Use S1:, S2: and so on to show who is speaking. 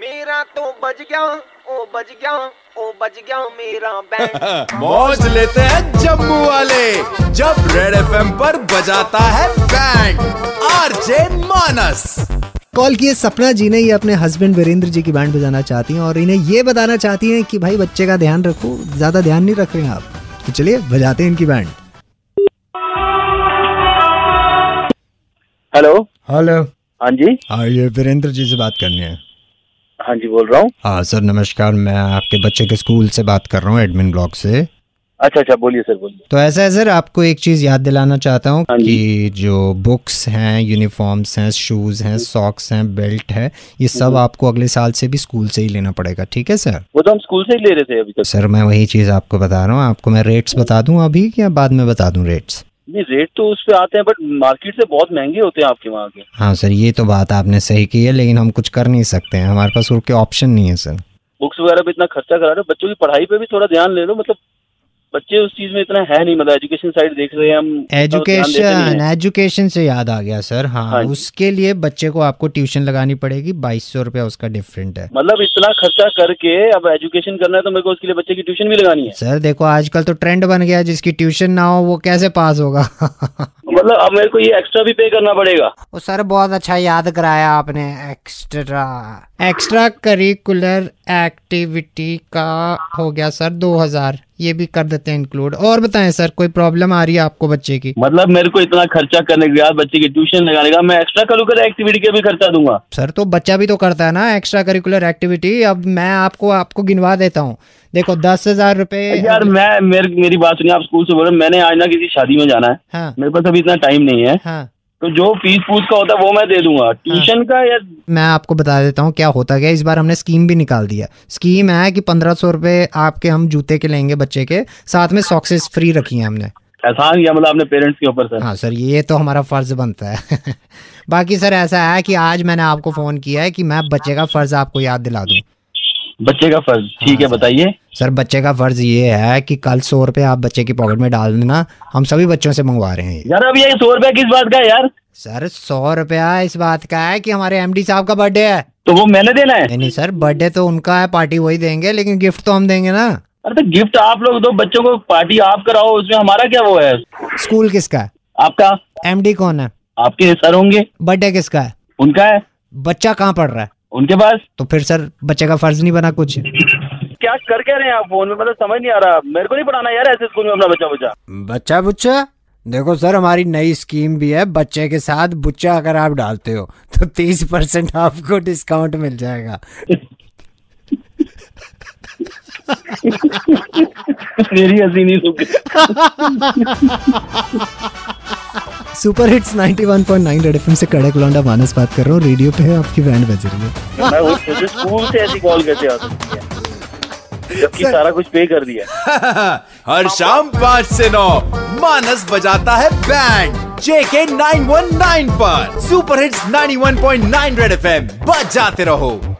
S1: मेरा तो बज गया ओ बज गया ओ बज गया मेरा बैंड
S2: मौज लेते हैं जम्मू वाले जब रेड एफएम पर बजाता है बैंड आरजे मानस
S3: कॉल किए सपना जी ने ये अपने हस्बैंड वीरेंद्र जी की बैंड बजाना चाहती हैं और इन्हें ये बताना चाहती हैं कि भाई बच्चे का ध्यान रखो ज्यादा ध्यान नहीं रख रहे हैं आप तो चलिए बजाते हैं इनकी बैंड
S4: हेलो
S3: हेलो
S4: हाँ जी
S3: हाँ ये वीरेंद्र जी से बात करनी है
S4: हाँ जी बोल रहा हूँ
S3: हाँ सर नमस्कार मैं आपके बच्चे के स्कूल से बात कर रहा हूँ एडमिन ब्लॉक से
S4: अच्छा अच्छा बोलिए सर बोलिए
S3: तो ऐसा है सर आपको एक चीज़ याद दिलाना चाहता हूँ
S4: हाँ
S3: कि जो बुक्स हैं यूनिफॉर्म्स हैं शूज़ हैं सॉक्स हैं बेल्ट है ये सब आपको अगले साल से भी स्कूल से ही लेना पड़ेगा ठीक है सर
S4: वो तो हम स्कूल से ही ले रहे थे अभी तक
S3: सर मैं वही चीज़ आपको बता रहा हूँ आपको मैं रेट्स बता दूँ अभी या बाद में बता दूँ रेट्स
S4: नहीं रेट तो उस पे आते हैं बट मार्केट से बहुत महंगे होते हैं आपके वहाँ के
S3: हाँ सर ये तो बात आपने सही की है लेकिन हम कुछ कर नहीं सकते हैं हमारे पास और कोई ऑप्शन नहीं है सर
S4: बुक्स वगैरह पे इतना खर्चा करा रहे हो बच्चों की पढ़ाई पे भी थोड़ा ध्यान ले लो मतलब बच्चे उस चीज में इतना है नहीं मतलब एजुकेशन साइड देख रहे हैं हम इतना हाँ, तो ध्यान देते नहीं
S3: एजुकेशन
S4: हैं।
S3: एजुकेशन से याद आ गया सर हाँ,
S4: हाँ जी।
S3: उसके लिए बच्चे को आपको ट्यूशन लगानी पड़ेगी बाईस सौ रुपया उसका डिफरेंट है
S4: मतलब इतना खर्चा करके अब एजुकेशन करना है तो मेरे को उसके लिए बच्चे की ट्यूशन भी लगानी है
S3: सर देखो आजकल तो ट्रेंड बन गया है, जिसकी ट्यूशन ना हो वो कैसे पास होगा
S4: मतलब अब मेरे को ये एक्स्ट्रा भी पे करना पड़ेगा
S5: ओ सर बहुत अच्छा याद कराया आपने एक्स्ट्रा
S3: एक्स्ट्रा करिकुलर एक्टिविटी का हो गया सर दो हजार ये भी कर देते हैं इंक्लूड और बताएं सर कोई प्रॉब्लम आ रही है आपको बच्चे की
S4: मतलब मेरे को इतना खर्चा करने के बाद बच्चे की ट्यूशन लगाने का मैं एक्स्ट्रा करिकुलर एक्टिविटी का भी खर्चा दूंगा
S3: सर तो बच्चा भी तो करता है ना एक्स्ट्रा करिकुलर एक्टिविटी अब मैं आपको आपको गिनवा देता हूँ देखो दस हजार रुपये
S4: यार मैं मेर, मेरी बात सुनिए आप स्कूल से बोल रहे हो, मैंने आज ना किसी शादी में जाना है
S3: हाँ
S4: मेरे पास अभी इतना टाइम नहीं है
S3: हाँ
S4: तो जो फीस फूस का होता है वो मैं दे दूंगा ट्यूशन का या
S3: मैं आपको बता देता हूँ क्या होता गया इस बार हमने स्कीम भी निकाल दिया स्कीम है कि पंद्रह सौ रुपये आपके हम जूते के लेंगे बच्चे के साथ में सॉक्सेस फ्री रखी हैं हमने
S4: एहसान या मतलब अपने पेरेंट्स के ऊपर सर
S3: हाँ सर ये तो हमारा फर्ज बनता है बाकी सर ऐसा है कि आज मैंने आपको फ़ोन किया है कि मैं बच्चे का फ़र्ज़ आपको याद दिला दूँ
S4: बच्चे का फर्ज ठीक है बताइए
S3: सर बच्चे का फ़र्ज़ ये है कि कल सौ रुपये आप बच्चे की पॉकेट में डाल देना हम सभी बच्चों से मंगवा रहे हैं ये
S4: यार अब ये सौ रुपया किस बात का है यार
S3: सर सौ रुपया इस बात का है कि हमारे एमडी साहब का बर्थडे है
S4: तो वो मैंने देना है
S3: नहीं नहीं सर बर्थडे तो उनका है पार्टी वही देंगे लेकिन गिफ्ट तो हम देंगे ना
S4: अरे तो गिफ्ट आप लोग दो बच्चों को पार्टी आप कराओ उसमें हमारा क्या वो है
S3: स्कूल किसका है
S4: आपका
S3: एमडी कौन है
S4: आपके सर होंगे
S3: बर्थडे किसका है
S4: उनका है
S3: बच्चा कहाँ पढ़ रहा है
S4: उनके पास
S3: तो फिर सर बच्चे का फर्ज नहीं बना कुछ
S4: क्या कर कह रहे हैं आप फोन में मतलब समझ नहीं आ रहा मेरे को नहीं पढ़ाना यार ऐसे स्कूल में अपना बच्चा बच्चा
S5: बच्चा बुच्चा देखो सर हमारी नई स्कीम भी है बच्चे के साथ बुच्चा अगर आप डालते हो तो तीस परसेंट आपको डिस्काउंट मिल जाएगा
S4: मेरी हंसी नहीं सूख रही।
S3: सुपर हिट्स 91.9 रेड एफएम से कड़क लौंडा मानस बात कर रहा हूँ रेडियो पे है आपकी बैंड बज रही है
S4: मैं वो मुझे स्कूल से ऐसी कॉल कैसे आ सकती है जबकि सारा कुछ पे कर दिया
S2: हर शाम पाँच से नौ मानस बजाता है बैंड जेके 919 पर सुपर हिट्स 91.9 रेड एफएम बजाते रहो